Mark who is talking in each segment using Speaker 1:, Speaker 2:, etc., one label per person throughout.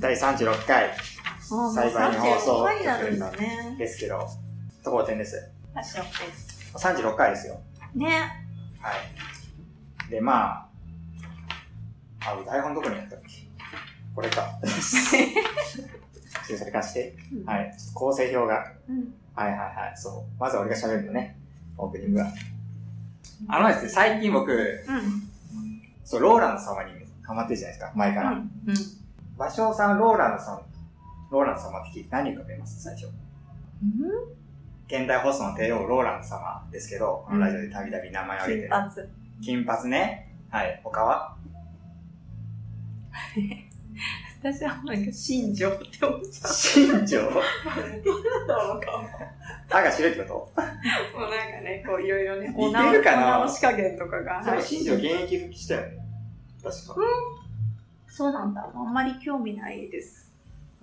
Speaker 1: 第36回
Speaker 2: もう
Speaker 1: 裁判員放送
Speaker 2: 35回になるんだね。
Speaker 1: ですけど、ところてんです。
Speaker 2: ファッションです。
Speaker 1: 36回ですよ。
Speaker 2: ね。
Speaker 1: はい。で、まあ、あ、台本どこにあったっけこれか。ちょっとそれ貸して。はい。ちょっと構成表が。
Speaker 2: うん。
Speaker 1: はいはいはい。そう。まずは俺が喋るのね。オープニングは。あのですね、最近僕、
Speaker 2: うん。
Speaker 1: そう、ローランド様にハマってるじゃないですか、前から。
Speaker 2: うん。
Speaker 1: 芭蕉さん、ローランドさん、ローランド様って聞いて何浮かべます最初。現代放送の帝王、ローランド様ですけど、このラジオでたびたび名前を挙げて
Speaker 2: 金
Speaker 1: る。
Speaker 2: 髪。
Speaker 1: 金髪ね。はい。他は
Speaker 2: 私はなんか新庄って思っち ゃ
Speaker 1: 新庄
Speaker 2: う。なんだろう
Speaker 1: 歯が白いってこ
Speaker 2: か。もうなんかね、こういろいろね、
Speaker 1: 似てるかな
Speaker 2: お直し加減とかが。
Speaker 1: とそ
Speaker 2: は
Speaker 1: れ
Speaker 2: い。
Speaker 1: 新庄現役復帰したよね。確か。
Speaker 2: そうなんだ。あんまり興味ないです。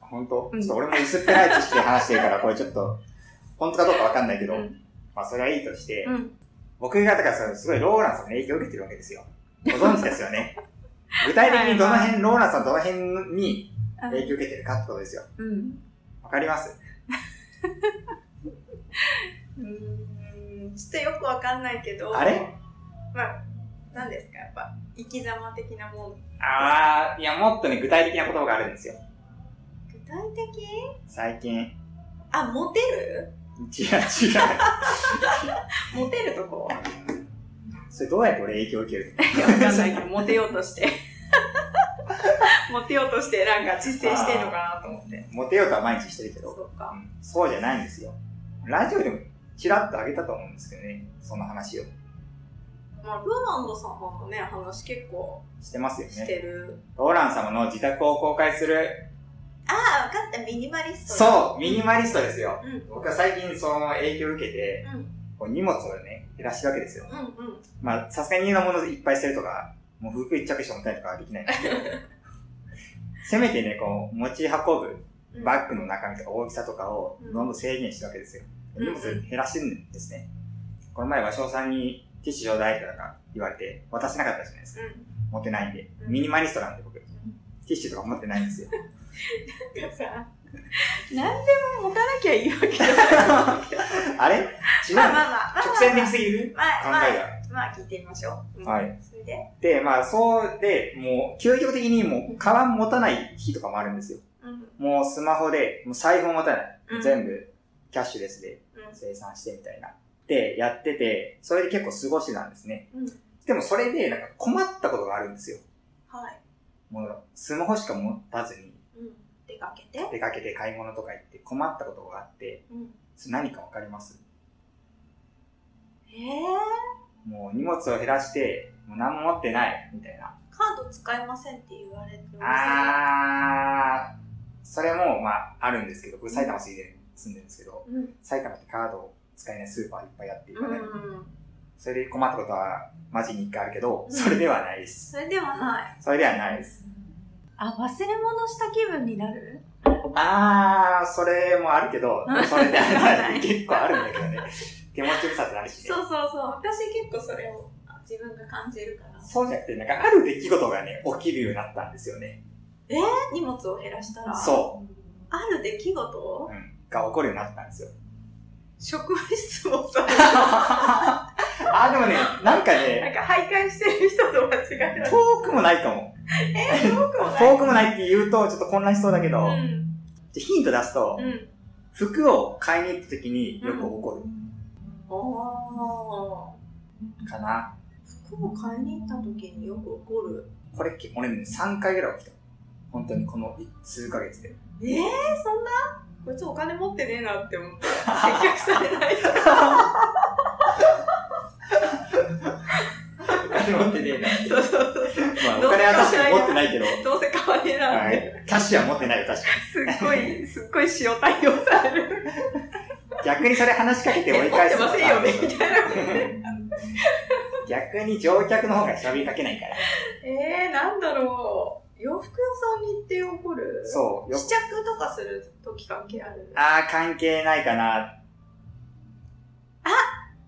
Speaker 1: 本当
Speaker 2: うん
Speaker 1: ちょっと俺も薄っぺらい知識で話してるから、これちょっと、本当かどうかわかんないけど、
Speaker 2: うん
Speaker 1: まあそれはいいとして、
Speaker 2: うん。
Speaker 1: 僕がだからそのすごいローランさんの影響を受けてるわけです よ。ご存知ですよね。具体的にどの辺、ローランさんどの辺に影響を受けてるかってことですよ。
Speaker 2: うん。
Speaker 1: わかります
Speaker 2: うん。ちょっとよくわかんないけど。
Speaker 1: あれ
Speaker 2: まあ、なんですか、やっぱ、生き様的なもん。
Speaker 1: あー、いや、もっとね、具体的な言葉があるんですよ。
Speaker 2: 具体的
Speaker 1: 最近。違う
Speaker 2: あ、モテる
Speaker 1: 違う。
Speaker 2: モテるとこ
Speaker 1: それどうやって俺影響を受ける
Speaker 2: いや、わかんないけど、モテようとして。 モテようとして、なんか実践してんのかなと思って。
Speaker 1: のモテようとは毎日してるけど、
Speaker 2: そうか。
Speaker 1: うんそうじゃないんですよ。ラジオでもチラッとあげたと思うんですけどね、その話を
Speaker 2: まあ、ルーランドさんのね、話結構
Speaker 1: してますよ
Speaker 2: し
Speaker 1: ね。
Speaker 2: てる。
Speaker 1: ローラン様の自宅を公開する、
Speaker 2: ああ、分かった、ミニマリストだ。
Speaker 1: そう、ミニマリストですよ。
Speaker 2: うん。うん。
Speaker 1: 僕は最近その影響を受けて、
Speaker 2: うん
Speaker 1: こう荷物をね、減らしてるわけですよ。
Speaker 2: うんうん。
Speaker 1: まあ、さすがに家のものいっぱい捨てるとか、もう服一着しか持たないとかはできないんですけ ど、せめてね、こう、持ち運ぶ
Speaker 2: うん
Speaker 1: バッグの中身とか大きさとかを
Speaker 2: うん
Speaker 1: どんどん制限してるわけですよ。
Speaker 2: うん
Speaker 1: 荷物減らしてるんですね。この前、和尚さんにティッシュちょうだいとか言われて、渡せなかったじゃないですか。
Speaker 2: うん。
Speaker 1: 持ってないんで。
Speaker 2: うん
Speaker 1: ミニマリストなんで僕。ティッシュとか持ってないん ですよ。
Speaker 2: なんかさ、何でも持たなきゃいいわけじゃ ない
Speaker 1: あれ違う
Speaker 2: まあ
Speaker 1: の
Speaker 2: まあまあ。
Speaker 1: 直線的すぎる
Speaker 2: まあ
Speaker 1: 考
Speaker 2: まあ
Speaker 1: え、が。
Speaker 2: まあ聞いてみましょう。うん
Speaker 1: はい。
Speaker 2: それで
Speaker 1: で、まあ、そうで、もう、究極的にもう、カバン持たない日とかもあるんですよ。
Speaker 2: うん。
Speaker 1: もう、スマホで、もう財布も持たない。
Speaker 2: うん
Speaker 1: 全部、キャッシュレスで生産してみたいな。で、やってて、それで結構過ごしてたんですね。
Speaker 2: うん。うん。
Speaker 1: でもそれで、なんか困ったことがあるんですよ。
Speaker 2: はい。
Speaker 1: もう、スマホしか持たずに、
Speaker 2: うん。出かけて。
Speaker 1: 出かけて買い物とか行って困ったことがあって、
Speaker 2: うん。
Speaker 1: それ何かわかります
Speaker 2: ええ
Speaker 1: もう荷物を減らして、もう何も持ってない、みたいな。
Speaker 2: カード使えませんって言われてあ。
Speaker 1: あー、それも、まあ、あるんですけど、僕埼玉住んでる住んでるんですけど、
Speaker 2: うん。うん。
Speaker 1: 埼玉ってカードを使えないスーパーいっぱいあって、いっぱいある
Speaker 2: うん。
Speaker 1: それで困ったことは、マジに一回あるけど、それではないです。
Speaker 2: それではない。
Speaker 1: それではないです。
Speaker 2: あ、忘れ物した気分になる
Speaker 1: あー、それもあるけ ど、それであれば
Speaker 2: はい
Speaker 1: 結構あるんだけどね。手持ちよさってなるしね
Speaker 2: そ。うそうそう。私結構それをあ自分が感じるから。
Speaker 1: そうじゃなくて、なんかある出来事がね、起きるようになったんですよね。
Speaker 2: 荷物を減らしたら。う。
Speaker 1: そ
Speaker 2: ある出来
Speaker 1: う。
Speaker 2: 事
Speaker 1: うん。が起こるようになったんですよ。
Speaker 2: 職務質問される。
Speaker 1: あー、でもね、なんか
Speaker 2: な
Speaker 1: ね、
Speaker 2: んか徘徊してる人と間違えられる。
Speaker 1: 遠くもないかも。
Speaker 2: え、遠くもない。
Speaker 1: 遠くもないって言うと、ちょっと混乱しそうだけど、
Speaker 2: うん。
Speaker 1: ヒント出すと、
Speaker 2: うん。
Speaker 1: 服を買いに行った時によく起こ
Speaker 2: おー。
Speaker 1: るかな。
Speaker 2: 服を買いに行った時によく起こる
Speaker 1: これ、俺ね、3回ぐらい起きた。本当にこの数ヶ月 で。
Speaker 2: えー、そんなこいつお金持ってねえなって思って接客されない
Speaker 1: お金持ってねえな。
Speaker 2: そうそうそう
Speaker 1: まあ、お金は確かに持ってないけど、
Speaker 2: どうせ買わねえなっ
Speaker 1: は
Speaker 2: て、
Speaker 1: い。キャッシュは持ってないよ、確か
Speaker 2: すっごいすっごい塩対応される
Speaker 1: に。逆にそれ話しかけて追い
Speaker 2: 持っ
Speaker 1: 返
Speaker 2: て
Speaker 1: す
Speaker 2: ませんよねみたいな
Speaker 1: 逆に乗客の方が喋りかけないから。
Speaker 2: えー、なんだろう洋服屋さんに行って起こる
Speaker 1: そう。よ
Speaker 2: 試着とかする時関係ある
Speaker 1: あー、関係ないかな。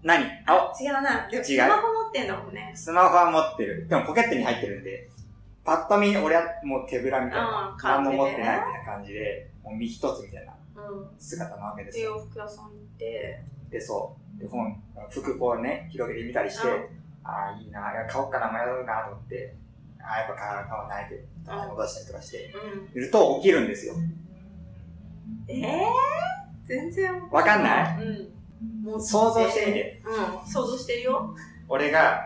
Speaker 1: 何あ
Speaker 2: 違うなで
Speaker 1: 違
Speaker 2: も
Speaker 1: う
Speaker 2: スマホ持ってんだもんね
Speaker 1: スマホは持ってる。でもポケットに入ってるんで、パッと見、俺はもう手ぶらみたい
Speaker 2: うん
Speaker 1: な、
Speaker 2: 感
Speaker 1: 何
Speaker 2: じ
Speaker 1: も
Speaker 2: でね
Speaker 1: 持ってないみたいな感じで、もう身一つみたいな
Speaker 2: うん。
Speaker 1: 姿なわけです
Speaker 2: で、
Speaker 1: よ。
Speaker 2: 洋服屋さん行って、
Speaker 1: で、そう。で、本、服こうね、広げてみたりして、
Speaker 2: うん
Speaker 1: ああ、いいな、いや買おうかな、迷うなと思って、ああ、やっぱ買わ買わないで、
Speaker 2: うん
Speaker 1: 戻したりとかして、
Speaker 2: うん。
Speaker 1: いると起きるんですよ。
Speaker 2: えぇ、全然
Speaker 1: わかんない
Speaker 2: い。うん。もう
Speaker 1: 想像してみて。
Speaker 2: うん、想像してるよ。
Speaker 1: 俺が、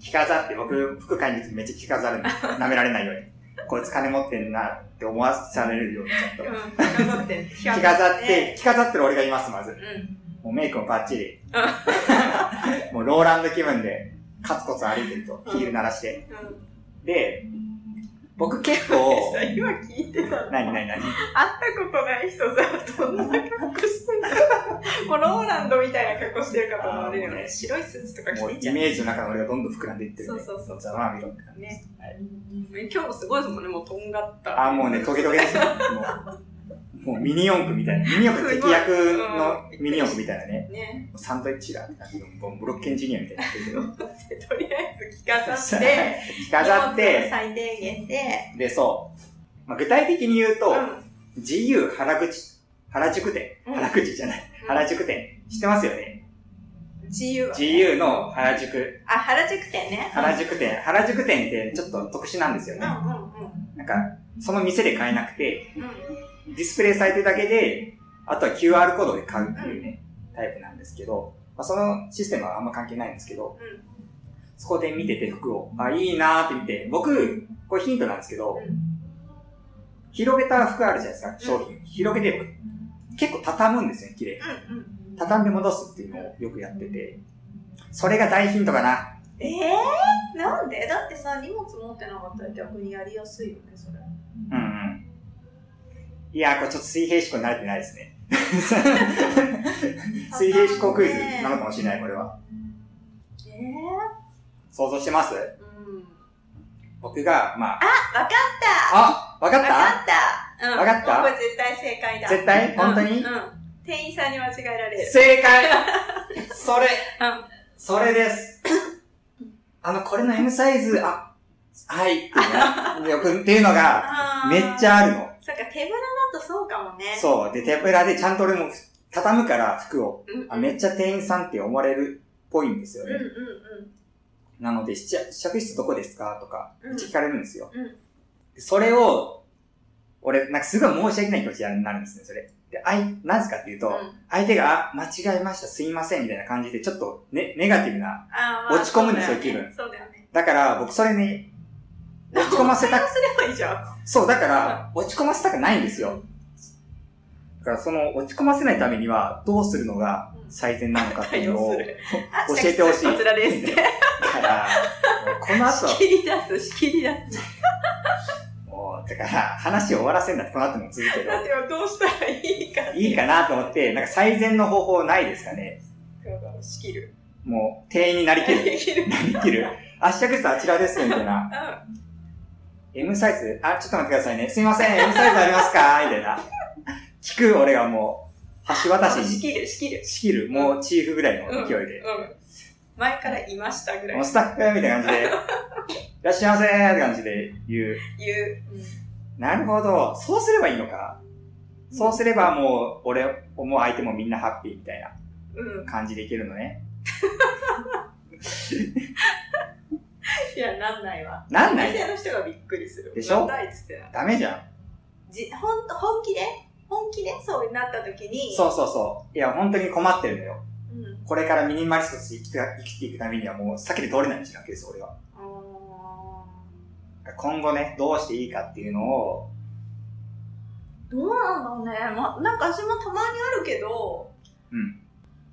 Speaker 1: 着飾って、僕、服買いに行くとめっちゃ着飾る んで、舐められないように。こいつ金持ってんなって思わされるように、ち
Speaker 2: う
Speaker 1: ょ
Speaker 2: ん、
Speaker 1: っと。
Speaker 2: 着飾 って。着
Speaker 1: 着飾って、。着飾ってる俺がいます、まず
Speaker 2: う。ん。
Speaker 1: もうメイクもバッチリ。 もうローランド気分で、カツコツ歩いてると、ヒール鳴らして。
Speaker 2: うん。
Speaker 1: で、僕結 構、
Speaker 2: さ、今聞いてたの
Speaker 1: なになになに
Speaker 2: 会ったことない人さ、どんな格好してるのもうローランドみたいな格好してるかと思われる
Speaker 1: あ
Speaker 2: よ
Speaker 1: ーもう
Speaker 2: ね。
Speaker 1: ね
Speaker 2: 白いスーツとか
Speaker 1: もう
Speaker 2: 着て
Speaker 1: イ
Speaker 2: んじゃん。
Speaker 1: メージの中の俺がどんどん膨らんでいってる
Speaker 2: そ
Speaker 1: ね
Speaker 2: う。そうそう。
Speaker 1: ざまあみろって感じです。
Speaker 2: ね。今日もすごいですもんね、もうとんがった。
Speaker 1: あー、もうね、トゲトゲですよ。もう、もうミニ四駆みたいな。ミニ四駆敵役のミニ四駆みたいなね。
Speaker 2: ね。
Speaker 1: サンドイッチだって感じの、もうブロッケンジュニアみたいになってるけど。
Speaker 2: でとりあえず着飾って、
Speaker 1: 着飾っ
Speaker 2: 荷物を
Speaker 1: て、
Speaker 2: 最低限で、
Speaker 1: で、そう。まあ、具体的に言うと、
Speaker 2: うん。
Speaker 1: GU 原口、原宿店。
Speaker 2: うん
Speaker 1: 原口じゃない。原宿店。知ってますよね。
Speaker 2: 自由は。
Speaker 1: GU の原宿。
Speaker 2: あ、原宿店ね。
Speaker 1: 原宿店。原宿店ってちょっと特殊なんですよ
Speaker 2: うん
Speaker 1: ね。
Speaker 2: う
Speaker 1: なんか、その店で買えなくて、
Speaker 2: んうん。うん。
Speaker 1: ディスプレイされてるだけで、あとは QR コードで買うっていうね、タイプなんですけど、まあ、そのシステムはあんま関係ないんですけど、
Speaker 2: うん
Speaker 1: そこで見てて服を、あ、いいなーって見て、僕、これヒントなんですけど、
Speaker 2: うん
Speaker 1: 広げた服あるじゃないですか、商品。広げて、結構畳むんですよね、綺麗に
Speaker 2: うん。
Speaker 1: 畳んで戻すっていうのをよくやってて、それが大ヒントかな。
Speaker 2: えー、なんでだってさ、荷物持ってなかったら逆にやりやすいよね、それ。
Speaker 1: うんうん。いやー、これちょっと水平思考に慣れてないですね。水平思考クイズなのかもしれない、これは。
Speaker 2: え
Speaker 1: 想像してます
Speaker 2: ー、うん。
Speaker 1: 僕が、まあ。
Speaker 2: あわかった
Speaker 1: あわか
Speaker 2: わ
Speaker 1: っ
Speaker 2: か
Speaker 1: た
Speaker 2: ったうん
Speaker 1: わかった
Speaker 2: もうこれ絶対正解だ。
Speaker 1: 絶対本当に、
Speaker 2: うんうん。店員さんに間違えられる。
Speaker 1: 正解 それ
Speaker 2: うん
Speaker 1: それ です。あの、これの M サイズ、あ、 はい、っていうねよく、っていうのが、
Speaker 2: あー
Speaker 1: めっち。ゃあるの。
Speaker 2: そっか、手ぶらだとそうかもね。
Speaker 1: そう。で、手ぶらでちゃんと俺も畳むから、服を。
Speaker 2: うん。
Speaker 1: あめっちゃ店員さんって思われるっぽいんですよ
Speaker 2: うんうん
Speaker 1: ね。なので、試着試着室どこですかとか、
Speaker 2: うん。
Speaker 1: めっちゃ聞かれるんですよ。
Speaker 2: うん
Speaker 1: でそれを、俺、なんかすごい申し訳ない気持ちになるんですね、それ。で、あい、なぜかっていうと、
Speaker 2: うん
Speaker 1: 相手が、あ、間違えました、すいません、みたいな感じで、ちょっと、ね、ネガティブな。
Speaker 2: あー
Speaker 1: 落ち込むんですよ
Speaker 2: そうだ
Speaker 1: 気
Speaker 2: ね
Speaker 1: 分
Speaker 2: そうだよね。
Speaker 1: だから、僕それね、落ち込ませ たく、
Speaker 2: それはいいじゃん。
Speaker 1: そう、だから、落ち込ませたくないんですよ。だから、その、落ち込ませないためには、どうするのが最善なのかっていうのを、
Speaker 2: うん
Speaker 1: だ
Speaker 2: 対応す
Speaker 1: 教えてほしい
Speaker 2: あこちらですって。
Speaker 1: から、もうこの後は
Speaker 2: 仕、切り出す、仕切り出す。
Speaker 1: もう、だから、話を終わらせるんだって、この後も続くけど
Speaker 2: だ、ってどうしたらいいか。
Speaker 1: いいかなと思って、なんか最善の方法ないですかね。
Speaker 2: 仕切る。
Speaker 1: もう、店員になりきる。
Speaker 2: できる。
Speaker 1: なりきる。あ、試着室あちらです、みたいな。
Speaker 2: う
Speaker 1: M サイズあ、ちょっと待ってくださいね。すいません、M サイズありますかみたいな。聞く俺がもう、橋渡し
Speaker 2: ん。仕
Speaker 1: に、
Speaker 2: 切る、仕切る。
Speaker 1: 仕切る。もう、チーフぐらいの勢いで。
Speaker 2: うん。前からいましたぐら
Speaker 1: もう、
Speaker 2: い
Speaker 1: スタッフみたいな感じで、いらっしゃいませーって感じで言う。
Speaker 2: 言う。
Speaker 1: なるほど。そうすればいいのか。そうすればもう、俺、もう相手もみんなハッピーみたいな。
Speaker 2: うん。うん。
Speaker 1: 感じでいけるのね。
Speaker 2: いや、なんないわ。
Speaker 1: なんない
Speaker 2: 店の人がびっくりする。
Speaker 1: でしょ
Speaker 2: なんだいっつってな
Speaker 1: ダメじゃん。
Speaker 2: じほんと本気で本気でそうなった時に。
Speaker 1: そうそうそう。いや、本当に困ってるのよ。
Speaker 2: うん。
Speaker 1: これからミニマリストとして生きて生きていくためにはもう避けて通れない道なわけです、俺は。
Speaker 2: あ
Speaker 1: 今後ね、どうしていいかっていうのを、
Speaker 2: ーどうなんだろうね。ま、なんか私もたまにあるけど、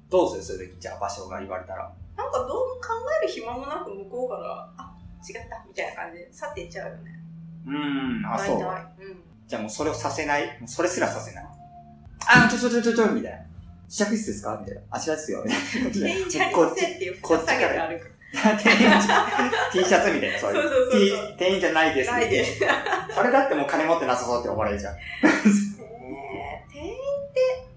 Speaker 1: どうするそういう時、じゃあ場所が言われたら。
Speaker 2: なんかどうも考える暇もなく向こうから、あ、違ったみたいな感じで去っていっちゃうよね。
Speaker 1: うーん、あ、そう。
Speaker 2: 大体。うん。
Speaker 1: じゃあもうそれをさせない。もうそれすらさせない。あ、ちょちょちょちょちょ、みたいな。試着室ですかみたいな。あちらですよ。みたいな
Speaker 2: 店員ちゃんに
Speaker 1: こっ
Speaker 2: せっていう
Speaker 1: こ
Speaker 2: 蓋
Speaker 1: っちか
Speaker 2: 下げて
Speaker 1: ら
Speaker 2: 歩く。
Speaker 1: 店員じゃ T シャツみたいな、そういう。
Speaker 2: そうそうそうそう
Speaker 1: T 店員じゃないです。
Speaker 2: ないで。す。
Speaker 1: それだってもう金持ってなさそうって思われるじゃん。
Speaker 2: ねえ店員って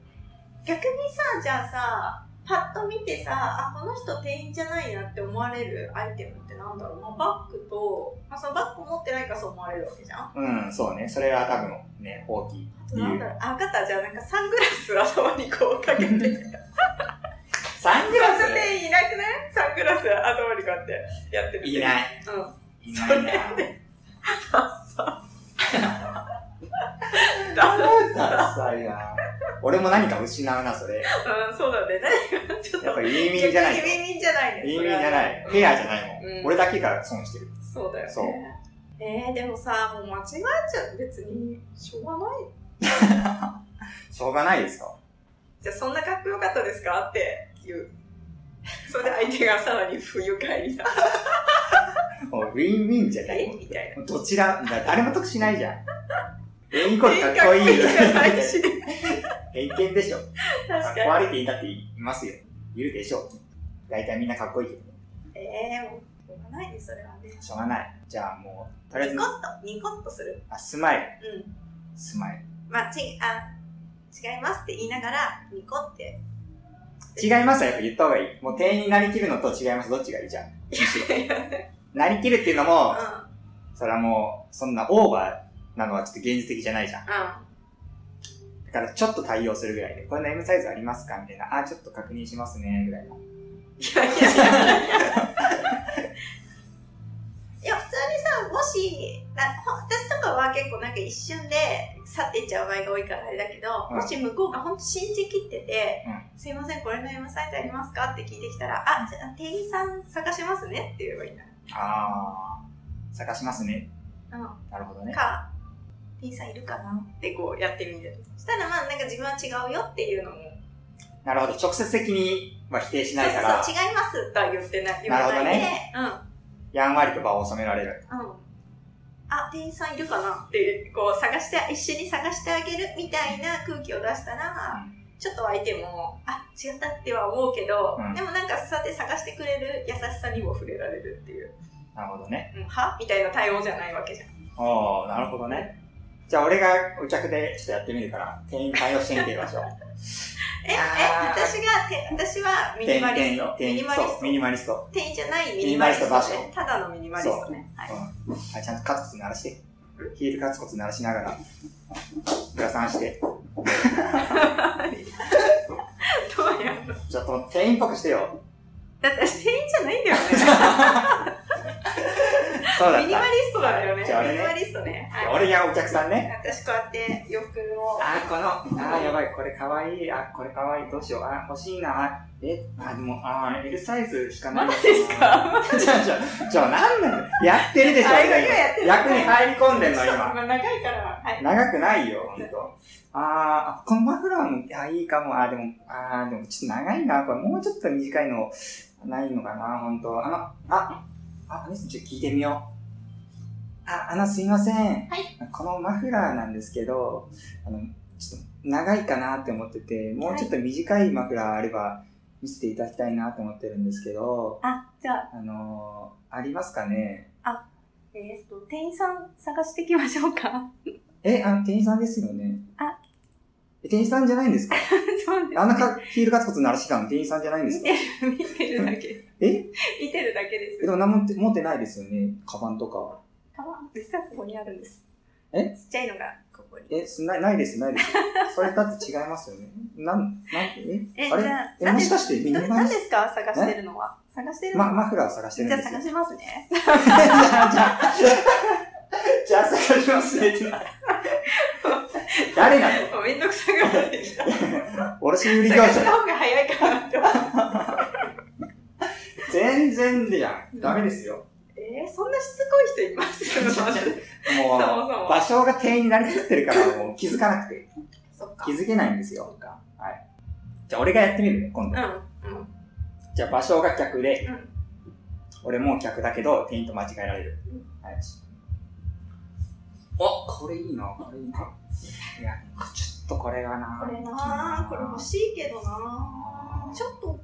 Speaker 2: 逆にさじゃあさパッと見てさあこの人店員じゃないなって思われるアイテムって何なんだろう、まあ、バッグと、まあ、そのバッグ持ってないからそう思われるわけじゃん。あ
Speaker 1: うん、そうね。それは多分ね、大 きい
Speaker 2: と
Speaker 1: 理
Speaker 2: なん
Speaker 1: 由
Speaker 2: だ。ろう、あ、わかった、じゃあなんかサングラス頭にこうかけて。サング
Speaker 1: サングラ
Speaker 2: ラス店員いなくないサングラス頭にこうやってやってる。。
Speaker 1: スいないい。
Speaker 2: うん。
Speaker 1: いないな。
Speaker 2: ダッサ。
Speaker 1: ダ
Speaker 2: ダッ
Speaker 1: サいな。俺も何か失うな、それ。
Speaker 2: うん、そうだね。何がちょっと。
Speaker 1: やっぱりウィンウィンじゃない。ウ
Speaker 2: 逆にウィンウィンじゃないね。
Speaker 1: ィンウィンじゃない。
Speaker 2: それ
Speaker 1: ペ
Speaker 2: は
Speaker 1: アじゃないもん。
Speaker 2: うん
Speaker 1: 俺だけが損してる。
Speaker 2: そうだよね。
Speaker 1: そう
Speaker 2: えー、でもさ、もう間違えちゃう。別に、しょうがない。
Speaker 1: しょうがないですか
Speaker 2: じゃあ、そんなかっこよかったですかって言う。それで相手がさらに不愉快になっ
Speaker 1: もうウィンウィンじゃな
Speaker 2: て、
Speaker 1: い。
Speaker 2: みたいな。
Speaker 1: どちら、だ誰も得しないじゃん。全員 これかっこいい。
Speaker 2: じゃないし、
Speaker 1: 偏見でしょ。かっ
Speaker 2: 確
Speaker 1: こ
Speaker 2: かに。
Speaker 1: 悪いって言いたっていますよ。いるでしょう。大体みんなかっこいいけど。
Speaker 2: えー、もう、しょうがないね、それはね。
Speaker 1: しょうがない。じゃあもう、とりあえず
Speaker 2: ニコ、ッと、ニコッとする。
Speaker 1: あ、スマイ
Speaker 2: うん。
Speaker 1: ル。スマイ
Speaker 2: まあ、ち、あ、違いますって言いながら、ニコって。
Speaker 1: ル。違いますはやっぱ言った方がいい。もう店員になりきるのと違います。どっちがいいじゃん。なりきるっていうの
Speaker 2: うん。
Speaker 1: も
Speaker 2: う、ん。
Speaker 1: それはもう、そんなオーバーなのはちょっと現実的じゃないじゃん。だからちょっと対応するぐらいで、これの M サイズありますかみたいな。あ、ちょっと確認しますね。ぐらい の。
Speaker 2: いやいやいや。いや、普通にさ、もし、なほ私とかは結構なんか一瞬で去っていっちゃう場合が多いからあれだけど、
Speaker 1: うん
Speaker 2: もし向こうが本当信じきってて、
Speaker 1: う
Speaker 2: すいません、これの M サイズありますかって聞いてきたら、あ、じゃあ店員さん探しますねって言えばいいな。
Speaker 1: あー、探しますね。
Speaker 2: う
Speaker 1: なるほど
Speaker 2: ん。
Speaker 1: ね。
Speaker 2: か、店員さんいるかなってこうやってみる。そしたらまあなんか自分は違うよっていうのも、
Speaker 1: なるほど。直接的には否定しないか
Speaker 2: そう
Speaker 1: ら
Speaker 2: そう、、違いますとは言ってない。言わ
Speaker 1: なる
Speaker 2: な
Speaker 1: ほど
Speaker 2: いで、
Speaker 1: ね
Speaker 2: うん。
Speaker 1: やんわりと場を収められる。
Speaker 2: うん。あ、店員さんいるかなって、こう探して、一緒に探してあげるみたいな空気を出したら、ちょっと相手も、あ、違ったっては思うけど、
Speaker 1: うん
Speaker 2: でもなんかさて探してくれる優しさにも触れられるっていう、
Speaker 1: なるほどね。
Speaker 2: うん、はみたいな対応じゃないわけじゃん。
Speaker 1: ああ、なるほどね。じゃあ俺がお客でちょっとやってみるから、店員対応してみてみましょう。
Speaker 2: え、え、
Speaker 1: あー
Speaker 2: 私が、て私は ミニマリスト。ミ
Speaker 1: 店員店員
Speaker 2: ニマリ
Speaker 1: そ
Speaker 2: ス
Speaker 1: う
Speaker 2: ト
Speaker 1: ミ。ニマリスト。
Speaker 2: 店員じゃないミニマリスト、
Speaker 1: ミニマリストバージ
Speaker 2: ね。ただのミニマリストね。はい。
Speaker 1: はい、ちゃんとカツコツ鳴らして。ヒールカツコツ鳴らしながら、グラサンして。
Speaker 2: どうやるの
Speaker 1: ちょっと店員っぽくしてよ。
Speaker 2: だって私店員じゃないん だよね。
Speaker 1: そうだ
Speaker 2: ミ
Speaker 1: っ
Speaker 2: ニマ
Speaker 1: た。
Speaker 2: リストだよね。
Speaker 1: じゃあ俺ね
Speaker 2: ミニマリストね。はい
Speaker 1: 俺がお客さんね。
Speaker 2: 私こうやって洋服を
Speaker 1: あー、この、あー、やばい、これかわいい、あー、これかわいい、どうしよう、あー、欲しいな、あえ、あー、でも、あー、L サイズしかない
Speaker 2: まだで すか
Speaker 1: じゃあ、じゃあ、じゃあ、なんなのやってるでしょ、
Speaker 2: あ
Speaker 1: 俺
Speaker 2: 今やってる
Speaker 1: 役に入り込んでんの、
Speaker 2: そう
Speaker 1: 今。
Speaker 2: まあ長いから、はい、
Speaker 1: 長くないよ、ほんと。あーあ、このマフラーも、あ、いいかも。あー、でも、あー、でもちょっと長いな。これもうちょっと短いの、ないのかな、ほんと。あの、あ、あ、お姉さん、ちょっと聞いてみよう。あ、あの、すいません。このマフラーなんですけど、あの、ちょっと長いかなって思ってて、もうちょっと短いマフラーあれば見せていただきたいなと思ってるんですけど、
Speaker 2: あじゃあ、
Speaker 1: あのー、ありますかね
Speaker 2: えー、と店員さん探してきましょ うか
Speaker 1: え、あの、店員さんですよね
Speaker 2: あ
Speaker 1: え、店員さんじゃないんですか
Speaker 2: そうで
Speaker 1: あのか、ヒールガツコツ鳴らしてたの店員さんじゃないんです
Speaker 2: す
Speaker 1: か
Speaker 2: ね見てる見てるだけ
Speaker 1: え
Speaker 2: 見てるだけで
Speaker 1: え、ですも何も持って持ってないですよね。カバンとか。
Speaker 2: カバン実はここにあるんです
Speaker 1: え
Speaker 2: ちっちゃいのがここに
Speaker 1: え、すない、ないです、ないです。それだって違いますよね。なん、なん、え、
Speaker 2: え
Speaker 1: あれ
Speaker 2: じゃあ
Speaker 1: え
Speaker 2: なん
Speaker 1: も
Speaker 2: で
Speaker 1: しかしてミニマ
Speaker 2: 何
Speaker 1: リ
Speaker 2: で
Speaker 1: ス
Speaker 2: すか探してるのは探してる
Speaker 1: ト、
Speaker 2: の
Speaker 1: ま、マフラーを探してる
Speaker 2: じ
Speaker 1: ん
Speaker 2: ゃあ
Speaker 1: ですよ。
Speaker 2: 探しますね
Speaker 1: じゃあ、じゃあ、じゃあ探しますねってなる誰なの
Speaker 2: めんどくさくなってきた
Speaker 1: 卸売業
Speaker 2: 探
Speaker 1: 者
Speaker 2: し
Speaker 1: だ
Speaker 2: た方が早いかなって思って
Speaker 1: 全然じゃん。ダメですよ。
Speaker 2: えー、そんなしつこい人います
Speaker 1: そも
Speaker 2: そ
Speaker 1: も、
Speaker 2: もそうも
Speaker 1: 場所が店員になりきってるから、もう気づかなくて。
Speaker 2: そっか
Speaker 1: 気づけないんです
Speaker 2: そ
Speaker 1: よ。
Speaker 2: っか
Speaker 1: じゃあ、俺がやってみるね、今
Speaker 2: う
Speaker 1: 度。
Speaker 2: んうん
Speaker 1: じゃあ、場所が客で、
Speaker 2: うん
Speaker 1: 俺もう客だけど、店員と間違えられる。はい。おこれいいな、これいいな。いや、ちょっとこれがな。
Speaker 2: これなあこれ欲しいけどなあちょっともう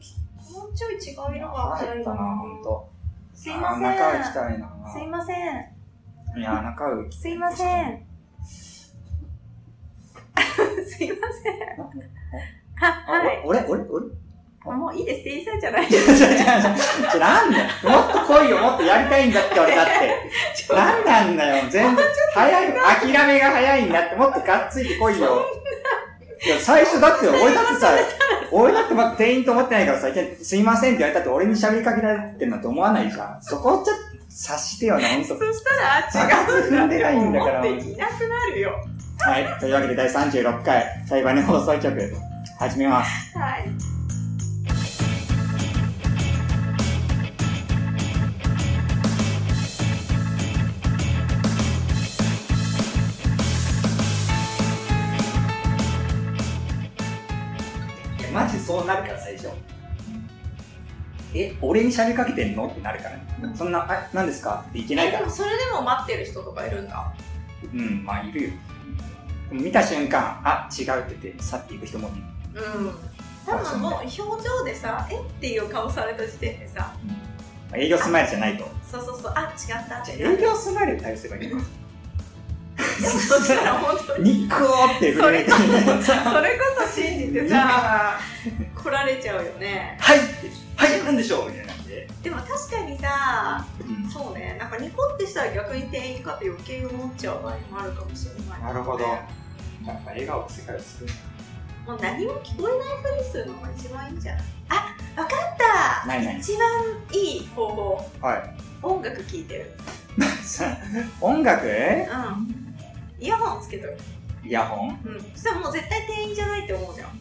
Speaker 2: ちょい違う色があったらいい
Speaker 1: った
Speaker 2: な
Speaker 1: な、ほんと。
Speaker 2: すいません
Speaker 1: あ中行きたいな。
Speaker 2: すいません
Speaker 1: いや、中行き
Speaker 2: すいません すいません
Speaker 1: あ、
Speaker 2: は
Speaker 1: 俺、俺、俺、俺
Speaker 2: もういいです、店員さんじゃないで す。
Speaker 1: ちょ、ちょ、ちょ、ちょ、なんだよ。もっと来いよ、もっとやりたいんだって、俺だって。なんなんだよ、全然。早い、諦めが早いんだって、もっとがっついて来いよ。いや、最初だって、俺だってさ、俺だってまだ店員と思ってないからさ、いやすいませんって言われたって俺に喋りかけられてるなんて思わないじゃん。そこをちょっと察してよな、ほんと
Speaker 2: そ。したら、違うんだ。
Speaker 1: 踏んでないんだから
Speaker 2: もうできなくなるよ。
Speaker 1: はい。というわけで第36回、裁判の放送局、始めます。
Speaker 2: はい。
Speaker 1: いやマジそうなるから、最初。え、俺に喋りかけてんのってなるから、ね。そんな、あ、何ですかっていけない
Speaker 2: え、
Speaker 1: か
Speaker 2: で
Speaker 1: ら
Speaker 2: も。それでも待ってる人とかいるんだ。
Speaker 1: うん、まあ、いるよ。でも見た瞬間、あ、違うって言って、去っていく人もいる。
Speaker 2: うん。多分もう表情でさ、えっていう顔された時点でさ、
Speaker 1: まあ営業スマイルじゃないと。
Speaker 2: そうそうそう、あ、違ったっ
Speaker 1: じ
Speaker 2: て
Speaker 1: ゃあ
Speaker 2: な
Speaker 1: 営
Speaker 2: る。
Speaker 1: 業スマイルで対応すればいいのか。
Speaker 2: でもそしたら本当に。
Speaker 1: ニックーって触れて
Speaker 2: それ
Speaker 1: さ
Speaker 2: それこそ信じてさ、
Speaker 1: あ
Speaker 2: 来られちゃうよね。
Speaker 1: はいってはい、なんでしょうみたいな感じで。
Speaker 2: でも確かにさ、
Speaker 1: うん
Speaker 2: そうね、なんかニコってしたら逆に店員かって余計思っちゃう場合もあるかもしれない、
Speaker 1: なるほどやっぱ笑顔で世界を救う
Speaker 2: もう何も聞こえないふりするのが一番いいんじゃないあ、わかった
Speaker 1: ない ない。
Speaker 2: 一番いい方法、
Speaker 1: は
Speaker 2: 音楽聴いてる。
Speaker 1: 音楽
Speaker 2: うん。イヤホンつけとる。
Speaker 1: イヤホン
Speaker 2: うん。そしたらもう絶対店員じゃないって思うじゃん。
Speaker 1: ちょ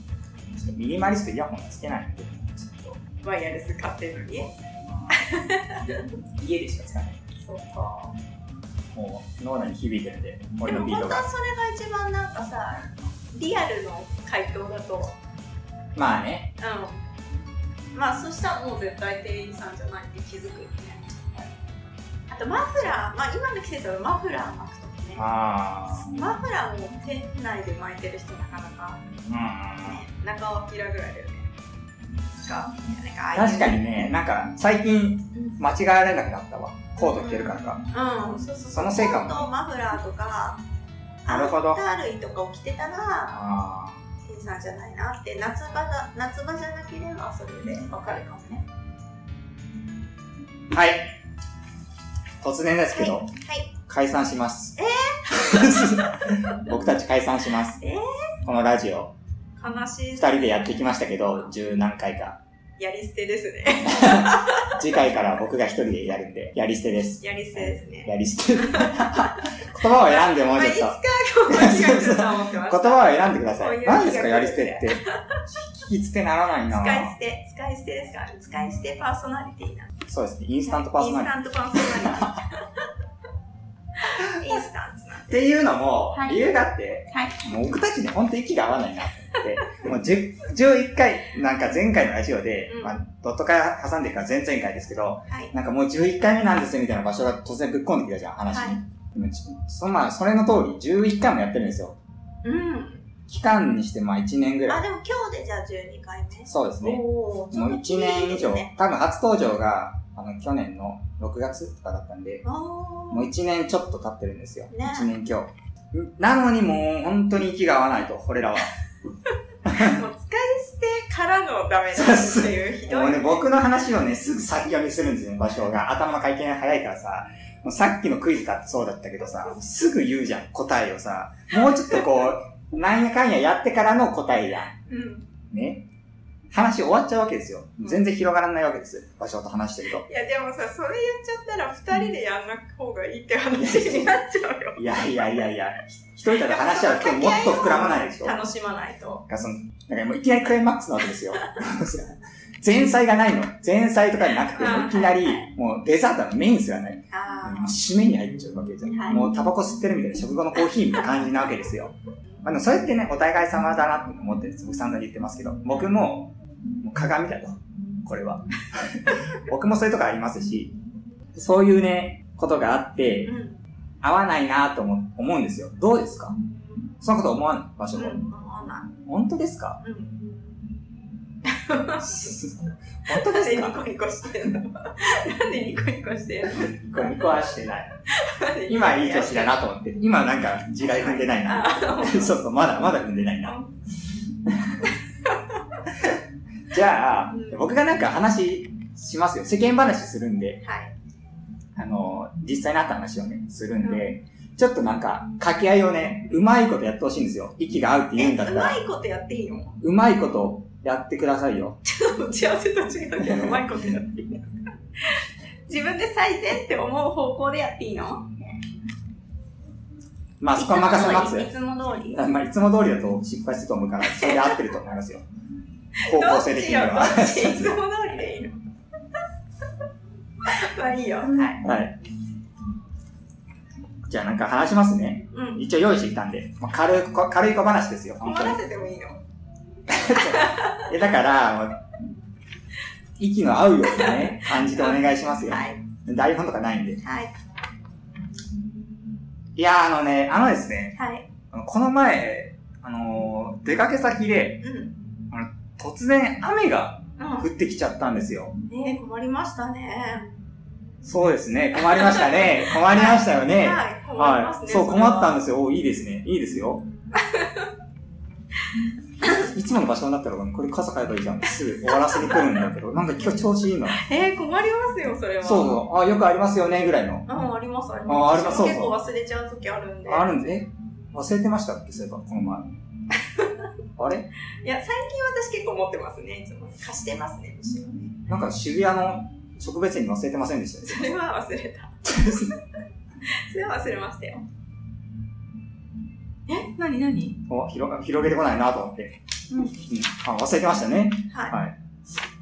Speaker 1: っとミニマリストイヤホンはつけないんで、ちょっ と。
Speaker 2: ワイヤレス買ってるのに。
Speaker 1: まあ家でしか使わない。
Speaker 2: そうか。
Speaker 1: もう脳内に響いてるんで、
Speaker 2: で
Speaker 1: 俺の
Speaker 2: も
Speaker 1: ビー
Speaker 2: 本
Speaker 1: ト
Speaker 2: 当は
Speaker 1: が。
Speaker 2: それが一番なんかさ、リアルの回答だと。
Speaker 1: まあね。
Speaker 2: うん。まあ、そしたらもう絶対店員さんじゃないって気づくよね。あと、マフラー。まあ、今の季節はマフラー巻くとかね。
Speaker 1: ああ。
Speaker 2: マフラーも店内で巻いてる人なかなか
Speaker 1: うん。
Speaker 2: ね、中尾明ぐらいだよね。が、なんかああい
Speaker 1: 確
Speaker 2: う
Speaker 1: かにね、なんか最近
Speaker 2: うん
Speaker 1: 間違えられなくなったわ。コート着てるからか。
Speaker 2: うん、そうそうそう。
Speaker 1: そのせいかも
Speaker 2: コートマフラーとか、
Speaker 1: なるほど
Speaker 2: アウター類とかを着てたら、
Speaker 1: あ
Speaker 2: 店員さんじゃないなって、夏場だ、夏場じゃなければそれでわかるかもね。
Speaker 1: あ。はい。突然ですけど、
Speaker 2: はい。
Speaker 1: 解散します。 僕たち解散します。
Speaker 2: え
Speaker 1: このラジオ、
Speaker 2: 悲しい。
Speaker 1: 二人でやってきましたけど、十何回か。
Speaker 2: やり捨てですね。
Speaker 1: 次回からは僕が一人でやるんで、やり捨てです。
Speaker 2: やり捨てですね。
Speaker 1: やり捨て。 言葉を選んでも
Speaker 2: ま
Speaker 1: う
Speaker 2: あ、
Speaker 1: ち
Speaker 2: い
Speaker 1: ょっ
Speaker 2: つ
Speaker 1: と
Speaker 2: か。今日間違えてるとは思ってま
Speaker 1: 言
Speaker 2: した。
Speaker 1: 葉を選んでくださ
Speaker 2: こうい
Speaker 1: い。
Speaker 2: う
Speaker 1: 何ですか、
Speaker 2: 日
Speaker 1: や
Speaker 2: が
Speaker 1: り
Speaker 2: 来る
Speaker 1: 捨てって。聞き捨てならない
Speaker 2: 使い
Speaker 1: な
Speaker 2: 捨て、使い捨てですから、使い捨てパーソナリティなんで
Speaker 1: そうですね。インスタントパーソナリテ
Speaker 2: インスタントパーソナリティ。インスタントな
Speaker 1: ィ。っていうのも
Speaker 2: は、い
Speaker 1: 理由があって、
Speaker 2: はい。
Speaker 1: もう僕たちね、ほんと息が合わないなって。もう10 11回、なんか前回のラジオで
Speaker 2: う、ん
Speaker 1: まあ、ドット会挟んでるから前々回ですけど、
Speaker 2: はい。
Speaker 1: なんかもう11回目なんですみたいな場所が突然ぶっ込んできたじゃん、話
Speaker 2: は
Speaker 1: に
Speaker 2: い。
Speaker 1: でもちそまあ、それの通り、11回もやってるんですよ。
Speaker 2: うん。
Speaker 1: 期間にしてまあ1年ぐら
Speaker 2: あ、
Speaker 1: い。
Speaker 2: でも今日でじゃあ12回目。
Speaker 1: そうですね。
Speaker 2: おお。ち
Speaker 1: も
Speaker 2: ょ
Speaker 1: う
Speaker 2: っと
Speaker 1: 1年以上、
Speaker 2: ね
Speaker 1: 多分初登場が、あの、去年の6月とかだったんで、
Speaker 2: あ
Speaker 1: もう
Speaker 2: ー
Speaker 1: 1年ちょっと経ってるんですよ。
Speaker 2: ね
Speaker 1: 1年今日。んなのにもう本当に息が合わないと、俺らは。
Speaker 2: もう使い捨てからのダメだっていうひどい。
Speaker 1: もうね、僕の話をね、すぐ先読みするんですよ、場所が。頭の回転早いからさ、もうさっきのクイズだってそうだったけどさ、すぐ言うじゃん、答えをさ。もうちょっとこう、なんやかんややってからの答えや
Speaker 2: うん。
Speaker 1: ん。ね。話終わっちゃうわけですよ。全然広がらないわけです。場所と話してると。
Speaker 2: いやでもさ、それ言っちゃったら二人でやんな方がいいって話になっちゃうよ。
Speaker 1: いやいやいやいや、一人だと話し合うともっと膨らまないでしょ。だか
Speaker 2: 楽しまないと。
Speaker 1: らその、なんかもういきなりクライマックスなわけですよ。 前菜がないの。前菜とかじゃなくて、
Speaker 2: うん
Speaker 1: いきなり、もうデザートのメインすらない。
Speaker 2: あ
Speaker 1: もう締めに入っちゃうわけじゃん。
Speaker 2: はい
Speaker 1: もうタバコ吸ってるみたいな食後のコーヒーみたいな感じなわけですよ。まあでもそれってね、お互い様だなって思ってるんです。僕散々言ってますけど。僕も、もう鏡だと。これ は。僕もそういうとこありますし、そういうね、ことがあって、
Speaker 2: ー。うん。
Speaker 1: 合わないなと思思うんですよ。どうですかそんなこと思わない場所
Speaker 2: う
Speaker 1: も。
Speaker 2: ん。思わな
Speaker 1: 本当です か
Speaker 2: い。うん。
Speaker 1: 本当で
Speaker 2: なんですニ
Speaker 1: か
Speaker 2: コニコしてんのなんでニコニコしてんの
Speaker 1: これはしてない。今いい年だなと思って。今なんか地雷踏んでないな。
Speaker 2: あ
Speaker 1: そうそう、まだまだ踏んでないな。じゃあ、
Speaker 2: うん
Speaker 1: 僕がなんか話しますよ。世間話するんで、
Speaker 2: はい。
Speaker 1: あの、実際にあった話をね、するんで、ちょっとなんか、掛け合いをね、うまいことやってほしいんですよ。息が合うって言う
Speaker 2: え、
Speaker 1: んだった
Speaker 2: う
Speaker 1: ら
Speaker 2: ま、いことやっていいの
Speaker 1: うまいことやってくださいよ。
Speaker 2: 打ち合わせと違うけど、うまいことやっていいの自分で最善って思う方向でやっていいの
Speaker 1: まあ、そこは任せま
Speaker 2: い
Speaker 1: す。
Speaker 2: つも通り。いつも通り
Speaker 1: まあ、いつも通りだと失敗すると思うから、それで合ってると思いますよ。方向性的には。
Speaker 2: どっちよどっちいつも通りでいいのまあいいよ。はい。
Speaker 1: はい。じゃあなんか話しますね。
Speaker 2: うん。
Speaker 1: 一応用意してきたんで、まあ、軽い小、軽い小話ですよ、本
Speaker 2: 困
Speaker 1: 当に
Speaker 2: ら。せてもいいの
Speaker 1: えだから、もう息の合うようなね、感じでお願いしますよ。
Speaker 2: はい。
Speaker 1: 台本とかないんで。
Speaker 2: はい。
Speaker 1: いやー、あのね、あのですね、
Speaker 2: はい。
Speaker 1: あのこの前、あのー出かけ先で
Speaker 2: うん。
Speaker 1: 突然雨が降
Speaker 2: う
Speaker 1: ってきちゃったんですよ。
Speaker 2: ん。ねえ困りましたね。
Speaker 1: そうですね、困りました ね。困りましたよね。
Speaker 2: はい。困ります
Speaker 1: は
Speaker 2: ね。
Speaker 1: い。そう、
Speaker 2: れは
Speaker 1: 困ったんですよ。おいいですね。いいですよ。いつもの場所になったら、これ傘買えばいいじゃん。すぐ終わらせに来るんだけど、なんか今日調子いいな。
Speaker 2: えー、困りますよ、それは。
Speaker 1: そうそう。あ、よくありますよね、ぐらいの。
Speaker 2: うん、あります、あり
Speaker 1: あ
Speaker 2: ま
Speaker 1: あ
Speaker 2: す。
Speaker 1: りますそうそう
Speaker 2: 結構忘れちゃう時あるんで。
Speaker 1: あるんで、え忘れてましたっけそういえば、この前。 あれ
Speaker 2: いや、最近私結構持ってますね、いつも。貸してますね、むしろね。
Speaker 1: なんか渋谷の植物園に忘れてませんでした
Speaker 2: それは忘れた。それは忘れましたよ。え、なになに
Speaker 1: お広広げてこないなと思って。
Speaker 2: うん
Speaker 1: あ忘れてましたね。
Speaker 2: はい。
Speaker 1: はい。っ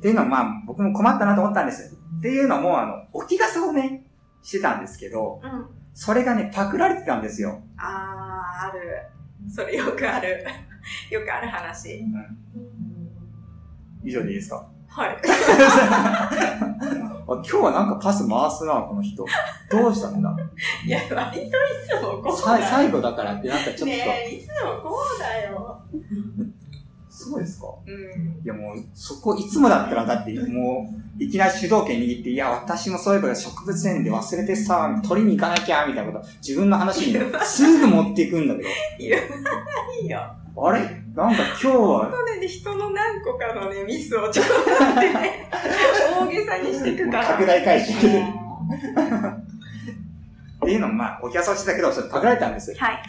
Speaker 1: ていうのは、まあ、僕も困ったなと思ったんです。っていうのも、あの、置き傘をね、してたんですけど、
Speaker 2: うん。
Speaker 1: それがね、パクられてたんですよ。
Speaker 2: あー、ある。それよくある。 よくある話。
Speaker 1: 以上でいいですか
Speaker 2: はい。
Speaker 1: あ今日はなんかパス回すな、この人。どうしたんだ
Speaker 2: いや、割といつもこう
Speaker 1: さ
Speaker 2: だよ。
Speaker 1: 最後だからって、なんかちょっと、
Speaker 2: ねえ、いつもこうだよ。
Speaker 1: そうですか
Speaker 2: うん。
Speaker 1: いやもう、そこ、いつもだったら、だって、もう、いきなり主導権握って、いや、私もそういえば植物園で忘れてさ、取りに行かなきゃ、みたいなこと、自分の話にすぐ持っていくんだけ
Speaker 2: いいよ。
Speaker 1: ど、あれなんか今日は、
Speaker 2: これで人の何個かのね、ミスをちょっと待ってね、大げさにしていくから。
Speaker 1: 拡大回収
Speaker 2: うんは
Speaker 1: っていうのも、まあ、お客さんしてたけど、ちょっとパクられたんです
Speaker 2: い、。はい。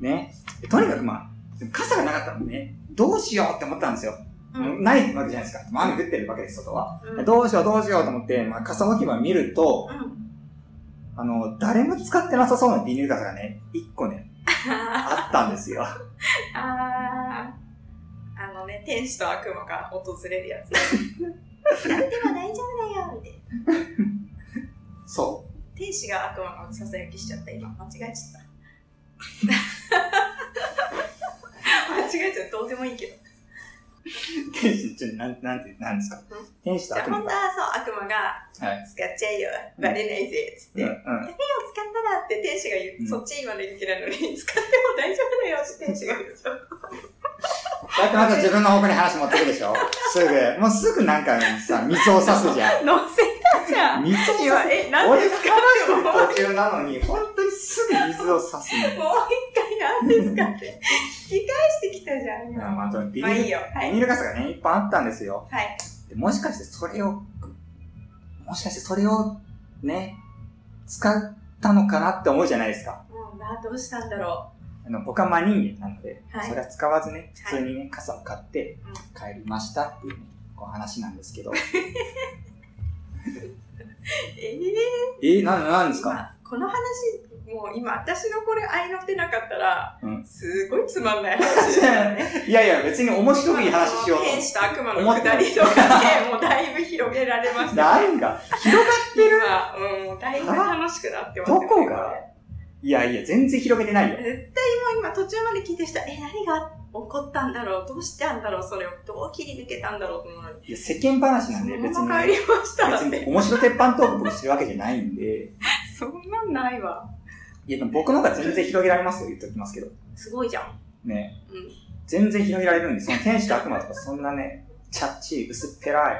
Speaker 1: ね。とにかくまあ、でも傘がなかったのね、どうしようって思ったんですよ。
Speaker 2: うん。
Speaker 1: ないわけじゃないですか。雨降ってるわけです、外は。
Speaker 2: うん
Speaker 1: どうしよう、どうしようと思って、まあ、傘置き場見ると、
Speaker 2: うん
Speaker 1: あの、誰も使ってなさそうなビニール傘がね、一個ね、
Speaker 2: あ
Speaker 1: あったんですよ。
Speaker 2: ーあー。あのね、天使と悪魔が訪れるやつ。なんでも大丈夫だよ、みたいな。
Speaker 1: そ
Speaker 2: 天使が悪魔のささやきしちゃった、 今。間違えちゃった。間違えちゃった、どうでもいいけど。
Speaker 1: う。天使、ちょ、なん、なんて、なんですか。天使
Speaker 2: じ
Speaker 1: と
Speaker 2: ゃあ、
Speaker 1: 悪
Speaker 2: 本
Speaker 1: 魔
Speaker 2: 当
Speaker 1: が。
Speaker 2: はそう、悪魔が、
Speaker 1: はい。
Speaker 2: 使っちゃえよ、バレないぜ、つっ
Speaker 1: う
Speaker 2: て。
Speaker 1: ん、う
Speaker 2: 何
Speaker 1: ん。
Speaker 2: を使ったらって天使が言う、
Speaker 1: うん
Speaker 2: そっち今で言ってないのに、使っても大丈夫だよって天使が言うでしょ。
Speaker 1: だってまた自分の方向に話持ってくでしょ。すぐ、もうすぐなんかさ、水を差すじゃん。
Speaker 2: 乗せたじゃん。
Speaker 1: 水を差
Speaker 2: 今、
Speaker 1: す。
Speaker 2: え、なんですかって思う。もう
Speaker 1: 途中なのに、本当にすぐ水を差すの。
Speaker 2: 一回なんですかって。引き返してきたじゃん、今。
Speaker 1: まあ、とビニ
Speaker 2: まあ
Speaker 1: ール
Speaker 2: いいよ。は
Speaker 1: ビ
Speaker 2: い。
Speaker 1: ニール傘がね、いっぱいあったんですよ。
Speaker 2: はい。
Speaker 1: でもしかしてそれを、もしかしてそれをね、使ったのかなって思うじゃないですか。
Speaker 2: もうな、どうしたんだろ
Speaker 1: あの僕は真人間なので、
Speaker 2: はい
Speaker 1: それは使わずね、普通にね、傘を買って
Speaker 2: うん
Speaker 1: 帰りましたっていう、ね、こう話なんですけど。
Speaker 2: う。えー、
Speaker 1: えー、な、なんですか
Speaker 2: まあ、この話、もう今、私のこれ、愛乗ってなかったら、
Speaker 1: うん
Speaker 2: すごいつまんない話だよね。
Speaker 1: いやいや、別に面白い話しようと思
Speaker 2: 天
Speaker 1: っ。
Speaker 2: 使と悪魔のくだりとかで、もうだいぶ広げられましてた。
Speaker 1: なんか、
Speaker 2: 今、うん、もうだいぶ楽しくなってます
Speaker 1: ど
Speaker 2: よ
Speaker 1: こがいやいや、全然広げてないよ。
Speaker 2: 絶対もう今途中まで聞いてる人は、え、何が起こったんだろうどうしたんだろうそれをどう切り抜けたんだろうと思うのに。
Speaker 1: いや、世間話なんで、別
Speaker 2: そ
Speaker 1: に
Speaker 2: のまま
Speaker 1: ね、
Speaker 2: 帰りました
Speaker 1: 別
Speaker 2: っ
Speaker 1: に
Speaker 2: て。
Speaker 1: 面白鉄板トーク僕してるわけじゃないんで、
Speaker 2: そんなんないわ。
Speaker 1: いや、でも僕の方が全然広げられますよ、言っておきますけど。
Speaker 2: すごいじゃん。
Speaker 1: ね。
Speaker 2: うん
Speaker 1: 全然広げられるんで、その天使と悪魔とかそんなね、チャッチー、薄っぺらい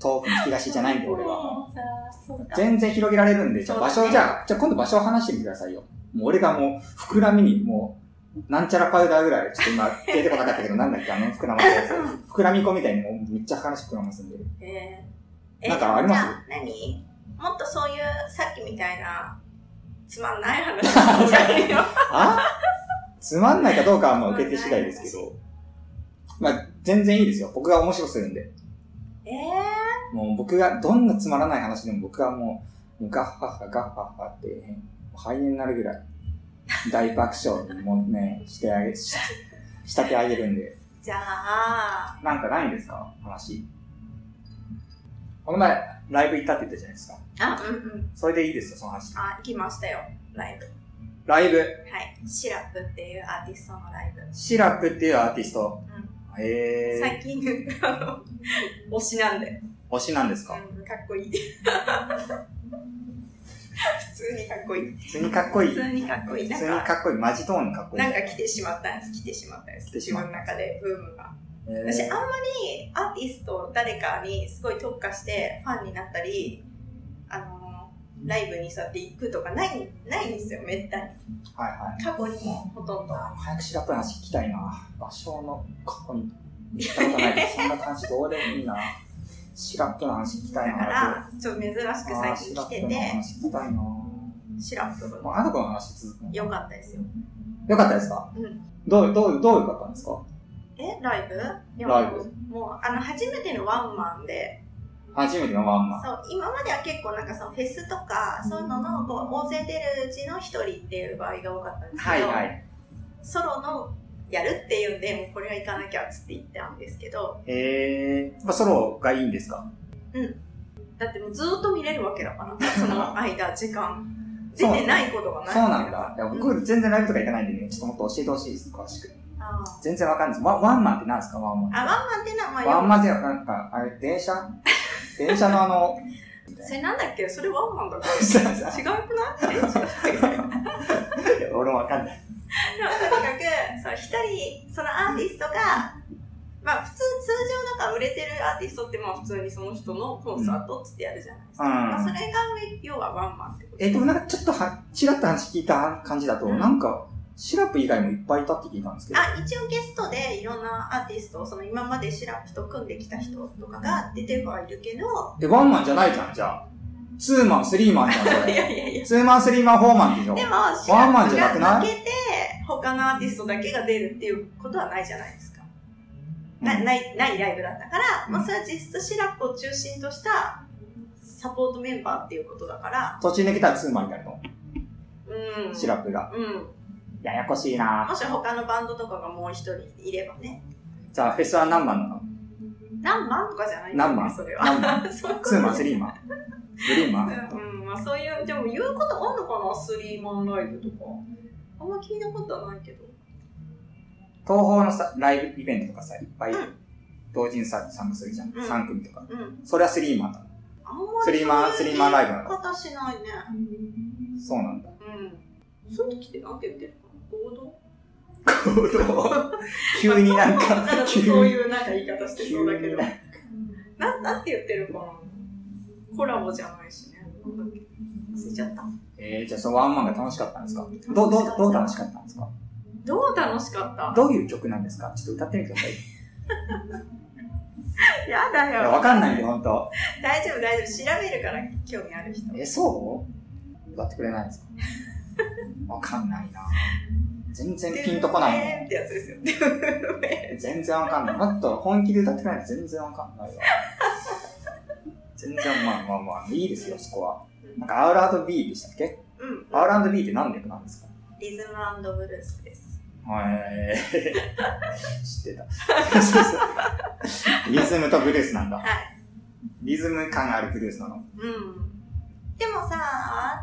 Speaker 1: トークの引き出しじゃないんで、俺は。
Speaker 2: もうさそうだ
Speaker 1: 全然広げられるんで、じゃあ場所、
Speaker 2: そうだね
Speaker 1: じゃあ、じゃあ今度場所を話してみてくださいよ。もう俺がもう、膨らみにもう、なんちゃらパウダーぐらい、ちょっと今出てこなかったけ ど、なんだっけ、あの、膨らませるやつ。膨らみ粉みたいにもうめっちゃ話膨らますんでる。
Speaker 2: えー、
Speaker 1: なんかあります
Speaker 2: じゃあ何もっとそういう、さっきみたいな、つまんない 話 聞きたいよ
Speaker 1: あつまんないかどうかはまあ受け手次第ですけど。まあ、全然いいですよ。僕が面白くするんで。
Speaker 2: えー、
Speaker 1: もう僕が、どんなつまらない話でも僕はもう、ガッハッハ、ガッハッハって、肺炎になるぐらい、大爆笑にもね、してあげ、し、したてあげるんで。
Speaker 2: じゃあ、
Speaker 1: なんかないんですか話。この前、ライブ行ったって言ったじゃないですか。
Speaker 2: あ、うんうん。
Speaker 1: それでいいですよ、その話。
Speaker 2: あ、行きましたよ、ライブ。
Speaker 1: ライブ。
Speaker 2: はい。シラップっていうアーティストのライブ。
Speaker 1: シラップっていうアーティスト。へえ
Speaker 2: 最近、あの、推しなんで。
Speaker 1: ー。推しなんですか、
Speaker 2: うん、かっこい い。普通にかっこいい。
Speaker 1: 普通にかっこいい。
Speaker 2: 普通にかっこいい。
Speaker 1: 普
Speaker 2: なん
Speaker 1: 通に
Speaker 2: か、
Speaker 1: かっこいい。マジトーンかっこいい。
Speaker 2: なんか来てしまったんです。来てしまったんです。
Speaker 1: 来てしまった
Speaker 2: 自分の中でブームが。
Speaker 1: へー
Speaker 2: 私、あんまりアーティスト、誰かにすごい特化してファンになったり、あの、ライブにそうやって行くとかない、ないんですよ、めったに。
Speaker 1: はいはい。
Speaker 2: 過去にもほとんど。
Speaker 1: あ早くシラップの話聞きたいな。場所の過去に行ったことない けど、そんな話どうでもいいな。シラップの話聞きたい
Speaker 2: だ
Speaker 1: な。
Speaker 2: から、ちょっと珍しく最
Speaker 1: あー
Speaker 2: 近
Speaker 1: シラッ
Speaker 2: 来
Speaker 1: プ
Speaker 2: て
Speaker 1: の
Speaker 2: て、
Speaker 1: 話聞きたいな。も
Speaker 2: シラップ
Speaker 1: う、
Speaker 2: も
Speaker 1: あの子の話続くの
Speaker 2: 良かったですよ。
Speaker 1: よかったですか
Speaker 2: うん
Speaker 1: どう、どう、どうよかったんですか
Speaker 2: え、ライブでも
Speaker 1: ライブ
Speaker 2: もう、あの、初めてのワンマンで、
Speaker 1: 初めてのワンマン。
Speaker 2: そう、今までは結構なんかそのフェスとか、そういうのの、こう、大勢出るうちの一人っていう場合が多かったんですけ
Speaker 1: はい
Speaker 2: ど、
Speaker 1: はい。
Speaker 2: ソロのやるっていうんで、もうこれは行かなきゃっつって言ったんですけど、
Speaker 1: へえー。やっぱソロがいいんですか
Speaker 2: だってもうずっと見れるわけだから、その間、時間。出
Speaker 1: そう
Speaker 2: てないことがない
Speaker 1: そうなんだ。いや、
Speaker 2: う
Speaker 1: 僕全然ライブとか行かないんでね、ちょっともっと教えてほしいです、詳しく。
Speaker 2: あ
Speaker 1: 全然わかんないです。ワンワンマンって何ですか、ワンマン。
Speaker 2: ーあ、ワンマンってのは、まあ、
Speaker 1: ワンマンってなんか、あれ、電車電車のあの、
Speaker 2: それなんだっけそれワンマンだから。
Speaker 1: そうそう
Speaker 2: 違うくない違う
Speaker 1: いや俺もわかんない。
Speaker 2: でもとにかく、そう、一人、そのアーティストが、まあ普通、通常なんか売れてるアーティストってまあ普通にその人のコンサートっつってやるじゃないですか。
Speaker 1: うん
Speaker 2: まあそれが、要はワンマンってこと
Speaker 1: え、でもなんかちょっとは、ちらっと話聞いた感じだと、
Speaker 2: うん
Speaker 1: なんか、シラップ以外もいっぱいいたって聞いたんですけど。
Speaker 2: あ一応ゲストでいろんなアーティストその今までシラップと組んできた人とかが出てはいるけど
Speaker 1: え、ワンマンじゃないじゃん、じゃあ。ツーマン、スリーマンじゃん、そ
Speaker 2: い
Speaker 1: れ。
Speaker 2: やいやいや
Speaker 1: ツーマン、スリーマン、フォーマンでしょ。
Speaker 2: でもシ
Speaker 1: ワンマ
Speaker 2: ラ
Speaker 1: ン
Speaker 2: ッ
Speaker 1: じ
Speaker 2: プ
Speaker 1: ゃなくない
Speaker 2: が抜けて他のアーティストだけが出るっていうことはないじゃないですか、な
Speaker 1: うん
Speaker 2: ないないライブだったから、
Speaker 1: うん
Speaker 2: まあ、それは実質シラップを中心としたサポートメンバーっていうことだから
Speaker 1: 途中抜けたらツーマンになるの。
Speaker 2: うん
Speaker 1: シラップが。
Speaker 2: うん
Speaker 1: ややこしいな
Speaker 2: もし他のバンドとかがもう一人いればね
Speaker 1: じゃあ、フェスは何マンなの
Speaker 2: 何万とかじゃないんだよ
Speaker 1: 何マン
Speaker 2: それは
Speaker 1: 何マン
Speaker 2: そういうこと
Speaker 1: ツーマン、スリーマン。グリーンマン。
Speaker 2: うん、まあそういう、でも言うことあんのかなスリーマンライブとか。あんま聞いたことはないけど。
Speaker 1: 東宝のさ、ライブイベントとかさ、いっぱい
Speaker 2: うん
Speaker 1: 同時にさ、参加するじゃん。
Speaker 2: うん
Speaker 1: 3組とか。
Speaker 2: うん。
Speaker 1: それはスリーマンだ。
Speaker 2: あんまり。
Speaker 1: スリーマンスリーマンライブなの
Speaker 2: 方しないね。
Speaker 1: そうなんだ。
Speaker 2: うん。そういう時ってなんて言ってるの合同
Speaker 1: 行動急になん
Speaker 2: まあ
Speaker 1: か
Speaker 2: な、ん
Speaker 1: 急
Speaker 2: そう
Speaker 1: に。
Speaker 2: いうなんか言い方してそうだけ
Speaker 1: 急
Speaker 2: ど
Speaker 1: に。ね
Speaker 2: な、なんて言ってるかなコラボじゃないしね。なんだっけ忘れちゃった。
Speaker 1: えー、じゃあそのワンマンが楽しかったんですかどう、どう、どう楽しかったんですか
Speaker 2: どう楽しかった
Speaker 1: どういう曲なんですかちょっと歌ってみてください。い
Speaker 2: やだ
Speaker 1: や、
Speaker 2: よ。
Speaker 1: わかんないんで、ほんと。
Speaker 2: 大丈夫大丈夫。調べるから興味ある人。
Speaker 1: え、そう歌ってくれないんですか わかんないな全然ピンとこな
Speaker 2: えー
Speaker 1: い
Speaker 2: ってやつですよ。
Speaker 1: ね。全然わかんない。もっと本気で歌ってくれないと全然わかんないわ。全然、まあまあまあ、いいですよ、そこは。なんか R&B でしたっけ
Speaker 2: うん。
Speaker 1: ?R&B って何の曲なんですか
Speaker 2: リズムブルースです。
Speaker 1: はい。知ってた。 そうそうリズムとブルースなんだ。
Speaker 2: はい。
Speaker 1: リズム感あるブルースなの。
Speaker 2: うん。でもさ、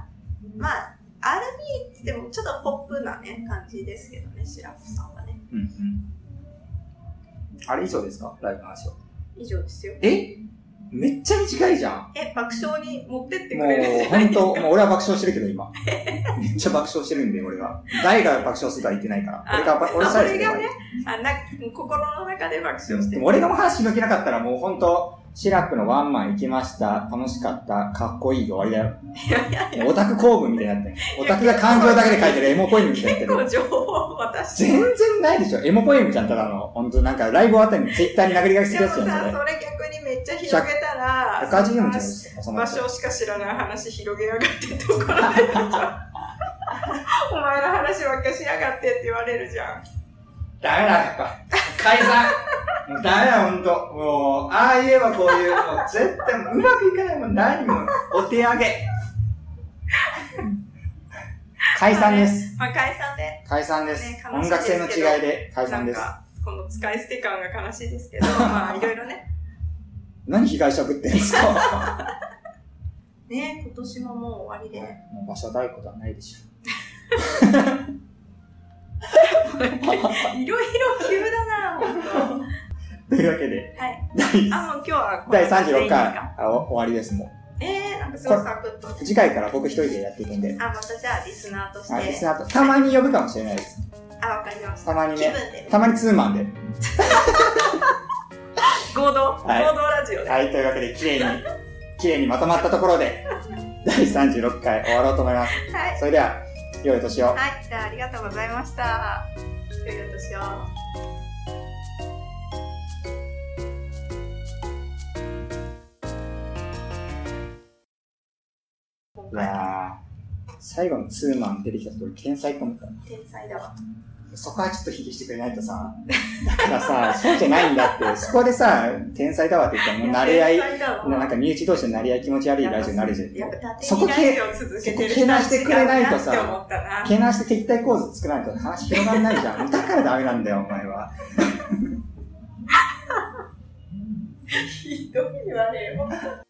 Speaker 2: まあ、R&B って言ってもちょっとポップなね、感じですけどね、シラフさんはね。
Speaker 1: うんうん。あれ以上ですかライブの話は。
Speaker 2: 以上ですよ。
Speaker 1: えめっちゃ短いじゃん。
Speaker 2: え、爆笑に持ってって
Speaker 1: も
Speaker 2: くれるん
Speaker 1: う
Speaker 2: じ、ゃな
Speaker 1: 本
Speaker 2: いです
Speaker 1: 当
Speaker 2: か。
Speaker 1: もう俺は爆笑してるけど、今。めっちゃ爆笑してるんで、俺は。誰が爆笑するとは言ってないから。
Speaker 2: あ
Speaker 1: 俺が、俺さえすればいい
Speaker 2: 俺あな心の中で爆笑して
Speaker 1: で
Speaker 2: る。
Speaker 1: も俺がもう話し抜けなかったら、もう本当シラクのワンマン行きました。楽しかった。かっこいいで終わり
Speaker 2: いやいや
Speaker 1: だよ。オタク公文みたいになってる。オタクが感情だけで書いてるエモポエムみたいに
Speaker 2: 結
Speaker 1: なってる。
Speaker 2: 構情報を渡して
Speaker 1: 全然ないでしょ。エモポエムじゃん、ただの。本当なんかライブ終わったにツイッターに殴り書きする
Speaker 2: でも
Speaker 1: やつ
Speaker 2: さ、
Speaker 1: じゃ
Speaker 2: そ
Speaker 1: ん、それ。
Speaker 2: れ逆にめっちゃ広げたら、
Speaker 1: 180文字
Speaker 2: そ
Speaker 1: じゃ
Speaker 2: の
Speaker 1: ない
Speaker 2: 場所しか知らない話広げやがってところで、 お前の話ばっかしやがってって言われるじゃん。
Speaker 1: ダメだ、やっぱ。解散。もうダメだ、ほんと。もう、ああ言えばこういう、もう絶対うまくいかないもん、何も。お手上げ。解散です。
Speaker 2: まあ、解散で、
Speaker 1: 解散です。
Speaker 2: ね悲
Speaker 1: 音
Speaker 2: しいで
Speaker 1: 楽
Speaker 2: す
Speaker 1: 性
Speaker 2: けど
Speaker 1: の違いで解
Speaker 2: な
Speaker 1: 散
Speaker 2: ん
Speaker 1: です。
Speaker 2: か、この使い捨て感が悲しいで すけど、まあ、いろいろね。
Speaker 1: 何被害者ぶってんですか
Speaker 2: ね、今年ももう終わり で。
Speaker 1: もう場所ないことはないでしょ。
Speaker 2: いろいろ急だな、本
Speaker 1: と
Speaker 2: 当。
Speaker 1: いうわけで、
Speaker 2: はい。
Speaker 1: 第
Speaker 2: あ、もう今日はこれ
Speaker 1: 第
Speaker 2: で
Speaker 1: 36
Speaker 2: いい
Speaker 1: 回
Speaker 2: んですか。
Speaker 1: あお終わりです、も
Speaker 2: えー、なんかすごいサクッと。
Speaker 1: う。次回から僕一人でやっていくんで。
Speaker 2: あ、またじゃあリスナーとし
Speaker 1: あ、リス
Speaker 2: て。
Speaker 1: ナーと、たまに呼ぶかもしれないです。
Speaker 2: あ、わかりました。
Speaker 1: たまに
Speaker 2: 気分
Speaker 1: ね。
Speaker 2: で。
Speaker 1: たまにツーマンで。
Speaker 2: 合同、
Speaker 1: はい
Speaker 2: 合同ラジオで。
Speaker 1: はい、というわけで、綺麗に、綺麗にまとまったところで、第36回終わろうと思います。
Speaker 2: はい。
Speaker 1: それでは、良いお年を。
Speaker 2: はい。じゃあありがとうございました。良いお年を。今
Speaker 1: い
Speaker 2: 回の
Speaker 1: やー、最後のツーマン出てきたとき、俺天才と思った。
Speaker 2: 天才だわ。
Speaker 1: そこはちょっと卑下してくれないとさ、だからさ、そうじゃないんだって、そこでさ、天才だわって言ったら、もう慣れ合い、
Speaker 2: 天才だわ
Speaker 1: なんか身内同士の慣れ合い気持ち悪いラジオになるじゃん。
Speaker 2: やっぱ縦
Speaker 1: そこ
Speaker 2: に
Speaker 1: け
Speaker 2: ラジオ続けてる人は
Speaker 1: そこけなしてくれないとさ
Speaker 2: 違うなって思ったな。
Speaker 1: けなして敵対構図作らないと話広がらないじゃん。だからダメなんだよ、お前は。
Speaker 2: ひどいわね。